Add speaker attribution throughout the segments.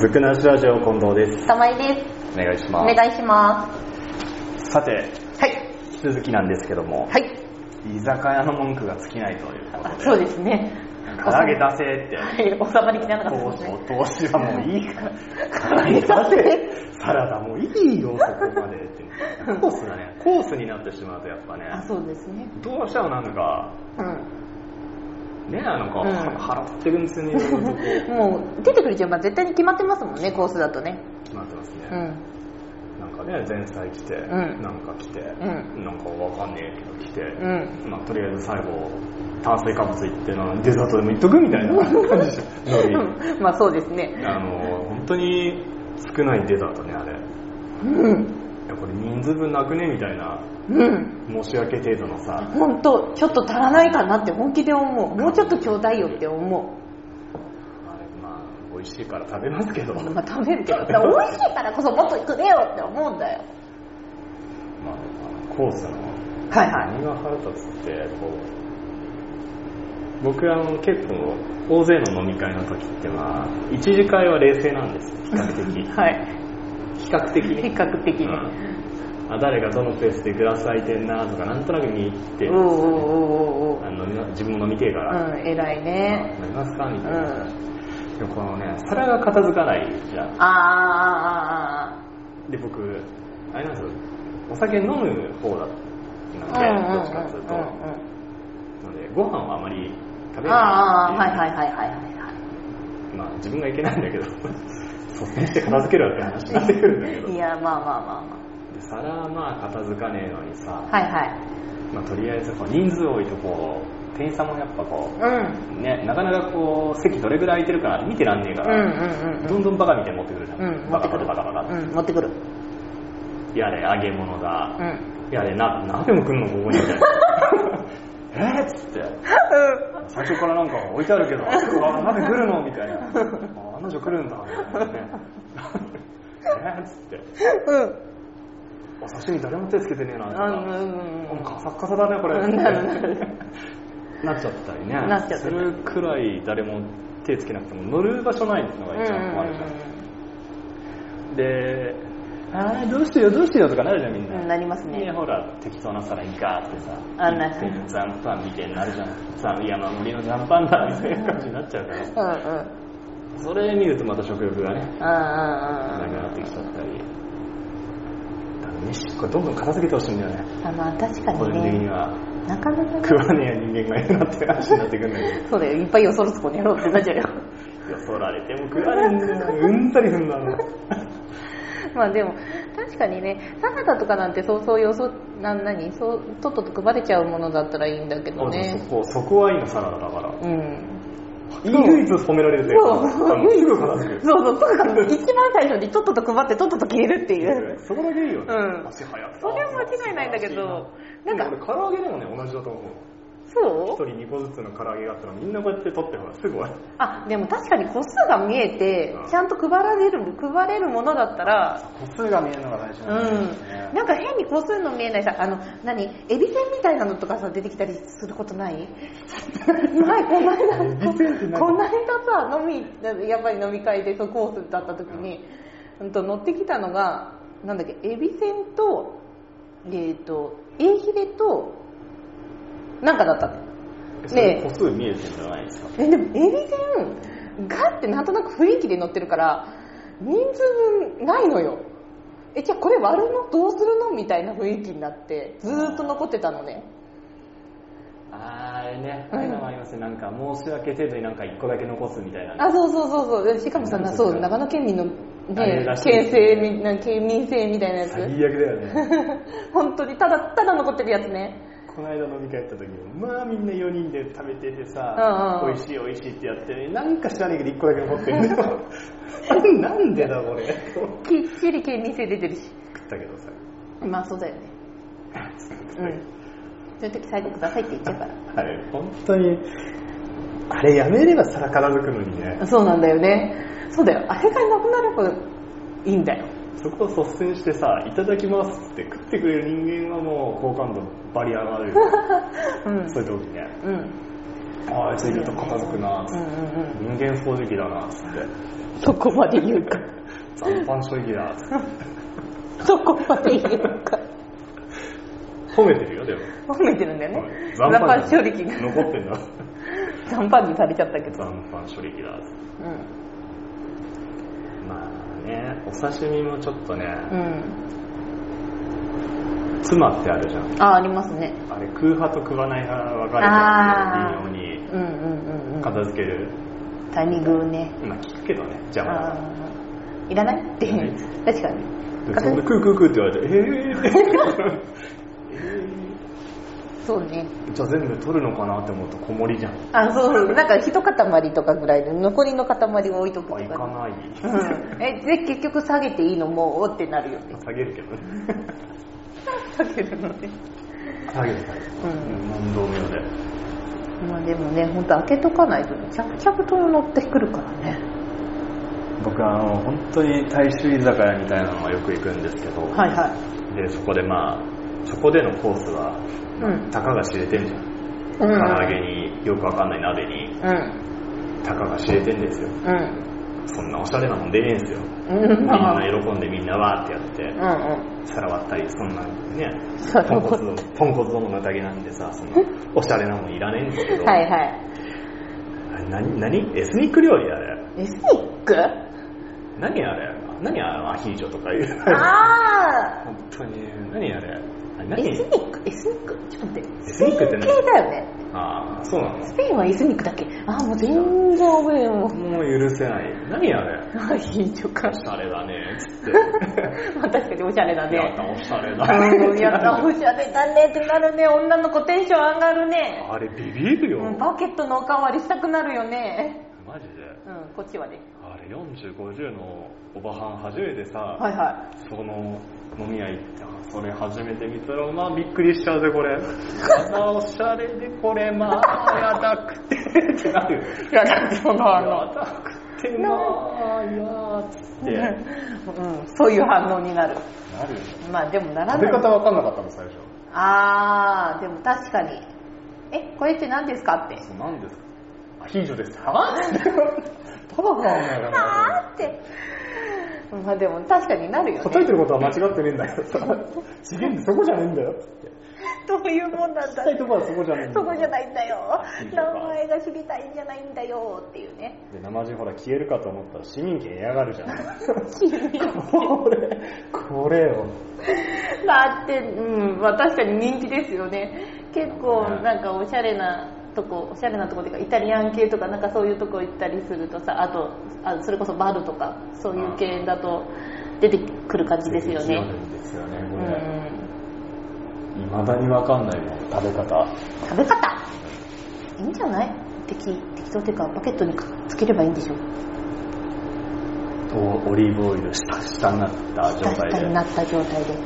Speaker 1: ブックナッシュラジオ近藤です。
Speaker 2: 玉井です。
Speaker 1: お願いし
Speaker 2: お
Speaker 1: ま。
Speaker 2: 願いします
Speaker 1: さて、
Speaker 2: す。はい。
Speaker 1: 引き続きなんですけども、
Speaker 2: はい。
Speaker 1: 居酒屋の文句が尽きないということ
Speaker 2: あ
Speaker 1: で、
Speaker 2: そうですね。
Speaker 1: 唐揚げ出せって、
Speaker 2: はい、収まりきらなか
Speaker 1: 当
Speaker 2: ったで
Speaker 1: 初
Speaker 2: すね。、
Speaker 1: 投資はもういいから、唐揚げ出せ、サラダもういいよ、そこまでって。コースだね、コースになってしまうとやっぱね、
Speaker 2: あ、そうですね。
Speaker 1: どうしてもなんか、
Speaker 2: うん。
Speaker 1: ね、なんか、
Speaker 2: うん
Speaker 1: 払ってるうちにいろいろとこう
Speaker 2: もう、出てくる順番絶対に決まってますもんね、コースだとね。
Speaker 1: 決まってますね。
Speaker 2: うん。
Speaker 1: なんかね、前菜来て、
Speaker 2: うん
Speaker 1: なんか来て、
Speaker 2: ん
Speaker 1: なんかわかんねえけど来て、
Speaker 2: う
Speaker 1: まあ、とりあえず最後、炭水化物いって、なんかデザートでもいっとくみたいな感じでしょ、ノリ
Speaker 2: うん。まあそうですね。
Speaker 1: あの、本当に少ないデザートね、あれ。い
Speaker 2: うん。
Speaker 1: や、これ人数分なくねみたいな、
Speaker 2: うん。
Speaker 1: 申し訳程度のさ、
Speaker 2: ほんと、ちょっと足らないかなって本気で思う。もうちょっとちょうだいよって思
Speaker 1: あれ、まあ、美味しいから食べますけど、
Speaker 2: う。
Speaker 1: ま
Speaker 2: まあ食べるけど、美味しいからこそもっとくれよって思うんだよ。
Speaker 1: あ、あのコースの、
Speaker 2: はいはい。
Speaker 1: 何が腹立つって、こう、僕あの結構大勢の飲み会の時ってまあ一次会は冷静なんです比較的
Speaker 2: はい。
Speaker 1: 比較的
Speaker 2: 比
Speaker 1: ね
Speaker 2: 較的に。
Speaker 1: うんあ誰がどのペースでグラス空いてんなとかなんとなく見入って、
Speaker 2: おうおうおうおうおう
Speaker 1: あの飲み自分も飲みてえから、
Speaker 2: うん、偉いね。
Speaker 1: 飲みますかみ
Speaker 2: う
Speaker 1: たいな、
Speaker 2: ん。
Speaker 1: でもこのね皿が片付かないじゃん
Speaker 2: あーあ
Speaker 1: で僕あれなんですよお酒飲む方だっ
Speaker 2: ー、
Speaker 1: た
Speaker 2: あーあ
Speaker 1: の
Speaker 2: ー、
Speaker 1: で、どっちかっていうと、
Speaker 2: うんうん
Speaker 1: なのでご飯はあまり食
Speaker 2: うん
Speaker 1: べ
Speaker 2: うん。
Speaker 1: な
Speaker 2: あ
Speaker 1: い
Speaker 2: あ、はいはいはいはいは
Speaker 1: まあ自分がいけないんだけど 率先して片付けるわっ て話になってくるんだけど
Speaker 2: い。いや、まあまあまあま
Speaker 1: で皿はまあ片付かねえのにさ、
Speaker 2: あ。はいはい。
Speaker 1: まあ、とりあえずこう人数多いとこう店員さんもやっぱこ
Speaker 2: うん。
Speaker 1: うねなかなかこう席どれぐらい空いてるかなって見てらんねえか
Speaker 2: うん
Speaker 1: ら、
Speaker 2: うん
Speaker 1: どんどんバカみたいに持ってくるじゃん、
Speaker 2: うん。うん、持
Speaker 1: バ
Speaker 2: って
Speaker 1: カバ
Speaker 2: くる。
Speaker 1: カバカバカ、
Speaker 2: うん、持ってくる。
Speaker 1: やれ揚げ物だ
Speaker 2: う、ん。
Speaker 1: やれな何でも来んのここ にみたいなえっつって最初からなんか置いてある けどあなんで来るのみたいなあ彼女来るんだみたいなねえっつって
Speaker 2: うん。
Speaker 1: お刺身誰も手つけてねえなとか、
Speaker 2: うんうん
Speaker 1: もうカサッカサだねこれ
Speaker 2: うんなるなる
Speaker 1: なっちゃったりね
Speaker 2: なっちゃったり
Speaker 1: それくらい誰も手つけなくても乗る場所ないの
Speaker 2: うん。
Speaker 1: が
Speaker 2: うん
Speaker 1: 一番困るじゃん、であーどうしてよどうしてよとかなるじゃんみんな、
Speaker 2: うんなりますね
Speaker 1: ほら適当な皿にガーってさ
Speaker 2: あなる
Speaker 1: 行って残飯みたいになるじゃんさいやまあ森の残飯だみたいな感じになっちゃうから
Speaker 2: うんうん。うん
Speaker 1: それ見るとまた食欲がねなくなってき
Speaker 2: あ
Speaker 1: ちゃったりだから飯これどんどん片付けてほしいんだよね
Speaker 2: まあ確か
Speaker 1: 個人
Speaker 2: に
Speaker 1: 的に
Speaker 2: ね、
Speaker 1: は
Speaker 2: なかなかね
Speaker 1: 食わねえ人間がいるなって話になってくるんだけ
Speaker 2: そうだよ、いっぱいよそろそこにやろうってなっちゃうよ。
Speaker 1: どよそられても食わねえんだようんざりすんだな
Speaker 2: まあでも確かにねサラダとかなんてそうそうよそなん何そうとっとと配れちゃうものだったらいいんだけど
Speaker 1: そ
Speaker 2: ね
Speaker 1: こそこはいいのサラダだから
Speaker 2: うん
Speaker 1: 唯一褒められるぜ
Speaker 2: そう
Speaker 1: あのすぐ片付ける
Speaker 2: そうそうそうなの一番最初にとっとと配ってとっとと消えるっていう
Speaker 1: そこだけいいよね、
Speaker 2: うん
Speaker 1: 足早く
Speaker 2: それは間違いないんだけどなんか
Speaker 1: でも俺唐揚げでもね同じだと思う一
Speaker 2: そう
Speaker 1: 人二個ずつの唐揚げがあったらみんなこうやって取ってほらすぐ終わる
Speaker 2: あでも確かに個数が見えて
Speaker 1: うん
Speaker 2: ちゃんと配られる配れるものだったら
Speaker 1: 個数が見えるのが大事
Speaker 2: うん、なんか変に個数の見えないさあの何エビ天みたいなのとかさ出てきたりすることない 前この
Speaker 1: エビ天って
Speaker 2: 間
Speaker 1: 何
Speaker 2: この間さ飲みやっぱり飲み会でそうコースだった時に、うん、と乗ってきたのがなんだっけエビ天とえっ、とエイヒレとなんかだったの
Speaker 1: それ
Speaker 2: ねえ
Speaker 1: 個数見えてるんじゃないですか
Speaker 2: えでもエビ天ガってなんとなく雰囲気で乗ってるから人数分ないのよえじゃあこれ割るのどうするのみたいな雰囲気になってずーっと残ってたのね
Speaker 1: あーあれね、
Speaker 2: うん
Speaker 1: ああいうのもありますね、なんか申し訳程度になんか一個だけ残すみたいなね。
Speaker 2: あそうそうそうそうしかもさなそう長野県民の
Speaker 1: あれ
Speaker 2: ね
Speaker 1: らしい
Speaker 2: 県政みな県民性みたいなや
Speaker 1: 最
Speaker 2: つ
Speaker 1: 悪だよね。
Speaker 2: 本当にただただ残ってるやつね
Speaker 1: この間飲み会行った時も、まあみんな4人で食べててさ、
Speaker 2: うんうん
Speaker 1: 美味しい美味しいってやってね、なんか知らねえけど1個だけ残ってるんだよ。 あれなんでだこれ。食
Speaker 2: きっちり県民性出てるし
Speaker 1: ったけどさ。
Speaker 2: まあそうだよねうんそういう時最後くださいって言っちゃうか
Speaker 1: あ
Speaker 2: ら
Speaker 1: れ、本当に、あれやめれば皿片付くのにね、
Speaker 2: そうなんだよね。そうだよ。あれがなくなればいいんだよ。
Speaker 1: そこを率先してさ、いただきますって食ってくれる 人間はもう好感度バリ上がるよ。
Speaker 2: うん。
Speaker 1: そういう時ね。
Speaker 2: うん。
Speaker 1: ああいついると片付くな
Speaker 2: うんうんうん
Speaker 1: 人間掃除機だなっつって
Speaker 2: そこまで言うか
Speaker 1: 残飯掃除機だっつって
Speaker 2: そこまで言うか
Speaker 1: 褒めてるよでも
Speaker 2: 褒めてるんだよね残
Speaker 1: 残飯
Speaker 2: 飯処理機が
Speaker 1: 残ってんだ
Speaker 2: 残飯にされちゃったけど、
Speaker 1: 残飯処理機だっつって
Speaker 2: う
Speaker 1: まあねお刺身もちょっとね、
Speaker 2: んうん、
Speaker 1: 妻ってあるじゃん
Speaker 2: あありますね
Speaker 1: あれ食う派と食わない派分かれちゃって微妙に
Speaker 2: うんうんうんうん
Speaker 1: 片付ける、
Speaker 2: タイミングね
Speaker 1: まあ聞くけどね邪魔だから
Speaker 2: あーいらないって
Speaker 1: いらない
Speaker 2: 確かに
Speaker 1: でそこで食う食う食うって言われてえー、
Speaker 2: そうね
Speaker 1: えー、じゃあ全部取るのかなって思うとこもりじゃん
Speaker 2: あそうそうなんか一塊とかぐらいで残りの塊を置いとくと
Speaker 1: あ
Speaker 2: かね
Speaker 1: 行かない、
Speaker 2: うん、えで結局下げていいのもうおってなるよね
Speaker 1: 下げるけどね
Speaker 2: 下げるのね
Speaker 1: 下げる下げる
Speaker 2: うん
Speaker 1: 問答無用で
Speaker 2: まあでもね本当開けとかないとね着々と乗ってくるからね
Speaker 1: 僕はあの本当に大衆居酒屋みたいなのはよく行くんですけど、
Speaker 2: はいはい
Speaker 1: でそこでまあそこでのコースは、
Speaker 2: うん
Speaker 1: たかが知れてんじゃん
Speaker 2: うん
Speaker 1: 唐揚げによくわかんない鍋に
Speaker 2: うん
Speaker 1: たかが知れてんですよ
Speaker 2: うん
Speaker 1: そんなおしゃれなもん出ねえんすよ
Speaker 2: うんう
Speaker 1: みん
Speaker 2: ん
Speaker 1: な喜んでみんなわーってやって
Speaker 2: うん
Speaker 1: 皿割ったりそんなね
Speaker 2: 皿
Speaker 1: ポン
Speaker 2: 割
Speaker 1: コツどもポンコツどもの宴なんでさそのおしゃれなもんいらねえんですけど、
Speaker 2: はいはい
Speaker 1: あれ何何エスニック料理あれ
Speaker 2: エスニック
Speaker 1: 何あれ何あのアヒージョとかいう
Speaker 2: ああ
Speaker 1: 本当に何あれあれ
Speaker 2: エス
Speaker 1: 何
Speaker 2: ニックエスニックちょっと待って
Speaker 1: エスニックってね
Speaker 2: 系だよね
Speaker 1: ああそうなの
Speaker 2: スペインはエスニックだけああもう全然覚えないもう
Speaker 1: もう許せない何あれ
Speaker 2: あいい とか
Speaker 1: おしゃれだねつ って
Speaker 2: まあ確かにおしゃれだ
Speaker 1: やっ
Speaker 2: ね
Speaker 1: たおしゃれ
Speaker 2: うんや
Speaker 1: だ
Speaker 2: ったおしゃれだねってなるね女の子テンション上がる ね
Speaker 1: あれビビるよ
Speaker 2: うんバケットのおかわりしたくなるよね
Speaker 1: マジで
Speaker 2: うんこっちはね
Speaker 1: あれ4050のおばはん初めてさ、
Speaker 2: はいは
Speaker 1: その飲み屋行ったそれ初めて見たらまあびっくりしちゃうぜこれまたおしゃれでこれまあやだくてってなるよ
Speaker 2: いいやだってそのあの
Speaker 1: やだくてまあいやーっつ ってなる
Speaker 2: うん、そういう反応になる
Speaker 1: よ
Speaker 2: まあでもなら
Speaker 1: 食べ
Speaker 2: ない
Speaker 1: 方わかんなかったの最初
Speaker 2: あーでも確かにえこれって何です かって
Speaker 1: そうなんですかアヒージョですはぁってただかな
Speaker 2: あーってまあでも確かになるよ
Speaker 1: 答え
Speaker 2: ね
Speaker 1: てることは間違ってねえんだけどさ次元ってそこじゃねえんだ よ
Speaker 2: どういうもんなんだ
Speaker 1: したいとこはそこじゃねえんだ
Speaker 2: そ
Speaker 1: よ
Speaker 2: こじゃないんだよ
Speaker 1: いいと
Speaker 2: 名
Speaker 1: か
Speaker 2: 前が知りたいんじゃないんだよっていうね
Speaker 1: で生地ほら消えるかと思ったら市民権嫌がるじゃん
Speaker 2: だ
Speaker 1: これこれよ
Speaker 2: ってうんまあ確かに人気ですよね結構なんかおしゃれなとこおしゃれなとこっていうかイタリアン系とかなんかそういうとこ行ったりするとさあとあそれこそバルとかそういう系だと出てくる感じですよね
Speaker 1: ですよね
Speaker 2: う
Speaker 1: これ
Speaker 2: ん
Speaker 1: いまだにわかんないもん食べ方
Speaker 2: 食べ方いいんじゃない適適当っていうかバケットにつければいいんでしょ
Speaker 1: おオリーブオイルしたしたになった状
Speaker 2: 確か
Speaker 1: 態で
Speaker 2: になった状態で
Speaker 1: い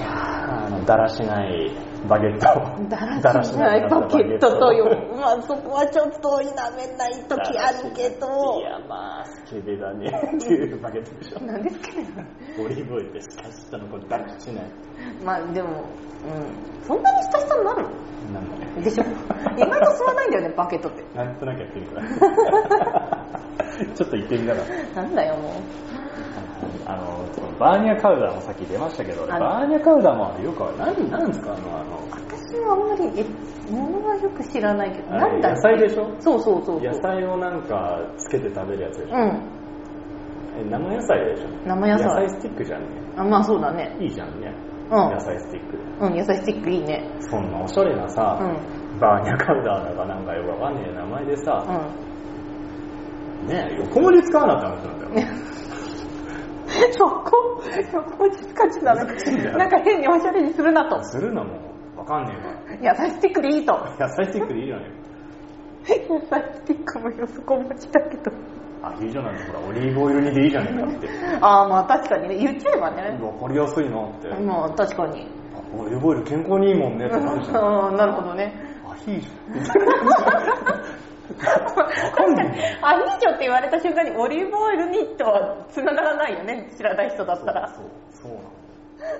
Speaker 1: やーあのだらしないバゲットを
Speaker 2: だらしないバケットとよ、まあ、そこはちょっと否めない時あるけど
Speaker 1: いやまあスケベだねっていうバゲットで しょ
Speaker 2: なんですけれど
Speaker 1: オリーブオイルでしたしたのこれだらしない
Speaker 2: まあでも、うん、そんなに下下になる
Speaker 1: なんだね
Speaker 2: でしょ意外と吸わないんだよねバケットって
Speaker 1: なんとなくやってみた ちょっと行ってみたかった
Speaker 2: なんだよも
Speaker 1: あのそのバーニャカウダーもさっき出ましたけど、あれ
Speaker 2: あ
Speaker 1: バ
Speaker 2: の
Speaker 1: ーニャカウダーもあれよくある何なんですかあのあの
Speaker 2: う私はあんまりえ物はよく知らないけど
Speaker 1: あれ
Speaker 2: なんだろう
Speaker 1: 野菜でしょ
Speaker 2: そうそうそう
Speaker 1: 野菜をなんかつけて食べるやつでしょ、
Speaker 2: うん
Speaker 1: え生野菜でしょ
Speaker 2: 生野菜
Speaker 1: スティックじゃんね
Speaker 2: あまあそうだね
Speaker 1: いいじゃんね、
Speaker 2: うん
Speaker 1: 野菜スティック
Speaker 2: うん野菜スティックいいね
Speaker 1: そんなおしゃれなさ、
Speaker 2: う
Speaker 1: バーニャカウダーだかなんかよくわかんねえ名前で
Speaker 2: う
Speaker 1: さ、
Speaker 2: ん
Speaker 1: ねえ横盛り使わなって話なんだよ
Speaker 2: そこそこちかちだねなんか変におしゃれにするなと
Speaker 1: するのもわかんねえか
Speaker 2: 野菜スティックでいいと
Speaker 1: ら野菜スティックでいいじゃね
Speaker 2: 野菜スティックもよそこ持ちだけど
Speaker 1: アヒージョなんてほらオリーブオイル煮でいいじゃねえかって
Speaker 2: ああまあ確かにね言っちゃえばね
Speaker 1: わかりやすいなって、
Speaker 2: まあ確かに
Speaker 1: オリーブオイル健康にいいもんねってなるじゃん
Speaker 2: うんなるほどね
Speaker 1: アヒージ
Speaker 2: 確かにアヒージョって言われた瞬間にオリーブオイルにとは繋がらないよね知らない人だったら
Speaker 1: そうそうなの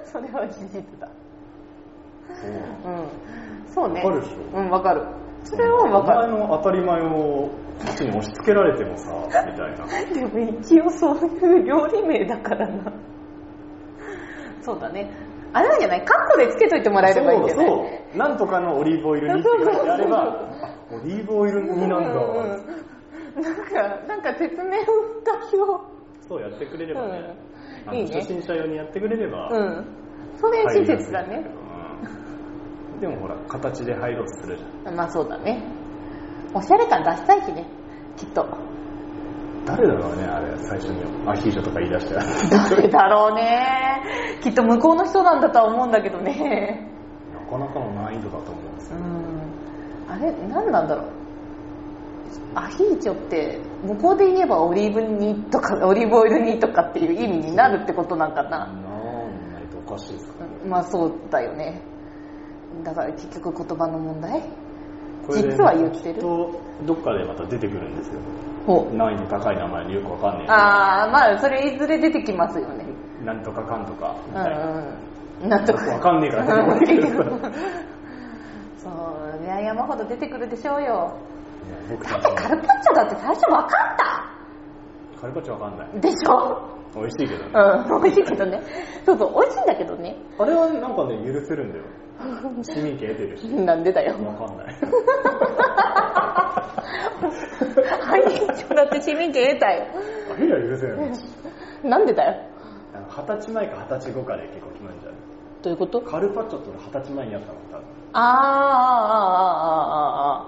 Speaker 2: それは事実だ
Speaker 1: そうなの
Speaker 2: うんそうね
Speaker 1: わかるでしょ
Speaker 2: うんわかるそれは分
Speaker 1: お
Speaker 2: か
Speaker 1: 前の当たり前をこっちに押し付けられてもさ、みたいな。
Speaker 2: るでも一応そういう料理名だからなそうだねあれなんじゃないカッコでつけといてもらえればいいんじゃない
Speaker 1: そうそう。なんとかのオリーブオイルにって書いてあれば、あオリーブオイルになんだ。
Speaker 2: うんうんうんなんかなんか説明をしたよ
Speaker 1: そうやってくれればね。
Speaker 2: う
Speaker 1: あ
Speaker 2: ん
Speaker 1: の
Speaker 2: いいね
Speaker 1: 初心者用にやってくれれば。
Speaker 2: うんそれ事実だね、
Speaker 1: うん。でもほら、形で入ろうとするじゃん。
Speaker 2: まあそうだねおしゃれ感出したいしねきっと
Speaker 1: 誰だろうね、あれ、最初にアヒージョとか言い出したら。
Speaker 2: 誰だろうねきっと向こうの人なんだとは思うんだけどね
Speaker 1: なかなかの難易度だと思うんです
Speaker 2: う
Speaker 1: よ。
Speaker 2: んあれ何なんだろうアヒージョって向こうで言えばオリーブ煮とかオリーブオイル煮とかっていう意味になるってことなんか
Speaker 1: な
Speaker 2: なん
Speaker 1: ないとおかしいですか
Speaker 2: まあそうだよねだから結局言葉の問題
Speaker 1: これで
Speaker 2: 実は言ってる
Speaker 1: きっとどっかでまた出てくるんですよ
Speaker 2: ほ
Speaker 1: 難易度高い名前でよくわかんね
Speaker 2: ああまあそれいずれ出てきますよね
Speaker 1: えなんとかかんとか
Speaker 2: う
Speaker 1: みたいな、
Speaker 2: んうんなんとか
Speaker 1: よくわかんねえから出 てこないけど
Speaker 2: そういや山ほど出てくるでしょうよ
Speaker 1: いや僕
Speaker 2: だ
Speaker 1: た
Speaker 2: ってカルパッチョだって最初分かっ
Speaker 1: カルパッチョわかんない
Speaker 2: たでしょ
Speaker 1: 美味しいけどね、
Speaker 2: うん美味しいけどねそうそう美味しいんだけどね
Speaker 1: あれはなんかね許せる んだよ市民権得てる し
Speaker 2: なんでだよ
Speaker 1: わかんない
Speaker 2: はいだって市民権得たよ
Speaker 1: あれは許 せない
Speaker 2: なんでだよ
Speaker 1: あの二十歳前か二十歳後かで結構決まるんじゃない
Speaker 2: どういうこと
Speaker 1: カルパッチョって俺二十歳前にやったの多分
Speaker 2: あーあ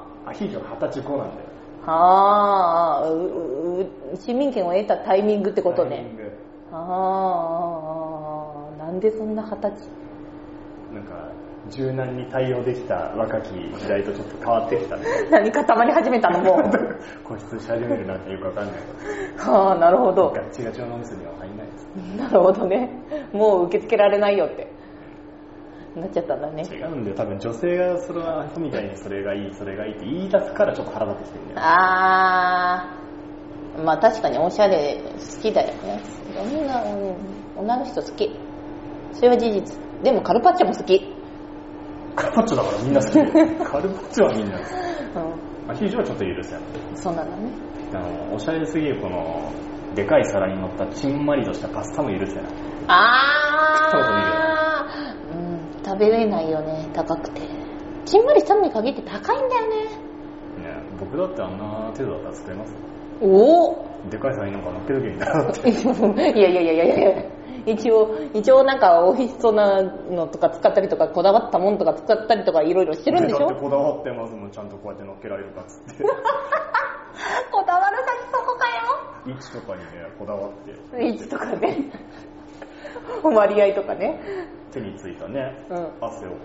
Speaker 2: ー
Speaker 1: ア
Speaker 2: あーあーあーあー
Speaker 1: ヒージョが二十歳後なんだよ
Speaker 2: ああ、うう市民権を得たタイミングってこと
Speaker 1: タイミ
Speaker 2: ね
Speaker 1: ン。グ
Speaker 2: ああ、なんでそんな二
Speaker 1: な
Speaker 2: 十歳
Speaker 1: んか柔軟に対応できた若き時代とちょっと変わってきたね
Speaker 2: 何かたまり始めたのも う。
Speaker 1: 固執し始めるなんてよくわかんない
Speaker 2: ああ、なるほど。
Speaker 1: ガッチガチのお店には入んないです
Speaker 2: なるほどね。もう受け付けられないよって。なっちゃったんだね。
Speaker 1: 違うんだよ多分女性がそれはアホみたいにそれがいいそれがいいって言い出すからちょっと腹立ってきてるんだよ
Speaker 2: ああ、まあ確かにおしゃれ好きだよね。女、うん、女の人好き。それは事実。でもカルパッチョも好き。
Speaker 1: カルパッチョだからみんな好きだよ カルパッチョはみんな好き
Speaker 2: う
Speaker 1: アヒージョはちょっと許せない
Speaker 2: ん、そうなんだね。
Speaker 1: あのおしゃれすぎるこのでかい皿に乗ったちんまりとしたパスタも許せない
Speaker 2: あーうん、食べれないよね高くてちんまりしたのに限って高いんだよね
Speaker 1: ね僕だってあんな程度だったら作れます
Speaker 2: おお
Speaker 1: でかい皿になんか乗ってるけみたいな
Speaker 2: いやいやいやいやいや一応一応なんか美味しそうなのとか使ったりとかこだわったもんとか使ったりとかいろいろしてるん でし
Speaker 1: だ
Speaker 2: ょ
Speaker 1: ってこだわってますもんちゃんとこうやって乗っけられるかっつって
Speaker 2: こだわる先そこかよ
Speaker 1: 位置とかにねこだわって
Speaker 2: 位置とかね 割合とかね
Speaker 1: 手についたね、
Speaker 2: うん
Speaker 1: 汗をこ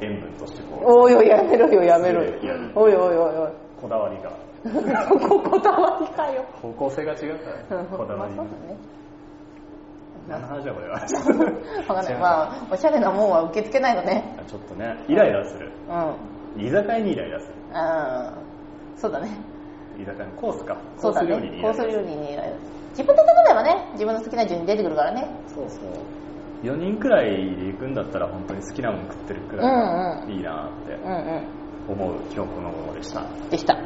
Speaker 1: う塩分としてこ
Speaker 2: おいおいやめろよやめろよ
Speaker 1: いやいや
Speaker 2: おいおいおいおいう
Speaker 1: こだわりが
Speaker 2: そここだわりかよ
Speaker 1: 方向性が違うからねこだわり
Speaker 2: ま
Speaker 1: が
Speaker 2: あそうだね
Speaker 1: 何の話だこ れは
Speaker 2: わかん
Speaker 1: 違
Speaker 2: な
Speaker 1: う
Speaker 2: い。まあ、おしゃれなもんは受け付けないのね。
Speaker 1: ちょっとねイライラする
Speaker 2: うん。あ
Speaker 1: 居酒屋にイライラする
Speaker 2: あー、そうだね。
Speaker 1: 居酒屋のコースか
Speaker 2: そうだね。
Speaker 1: コース料理にイ
Speaker 2: コ
Speaker 1: ライ
Speaker 2: ース
Speaker 1: ラす
Speaker 2: 料
Speaker 1: る
Speaker 2: 理に依頼自分で頼めばね、自分の好きな順に出てくるからね。
Speaker 1: そうそう4人くらいで行くんだったら本当に好きなもの食ってるくらいがいいなーっ
Speaker 2: う
Speaker 1: て
Speaker 2: んう
Speaker 1: 思う今日この頃でした
Speaker 2: ん。でした。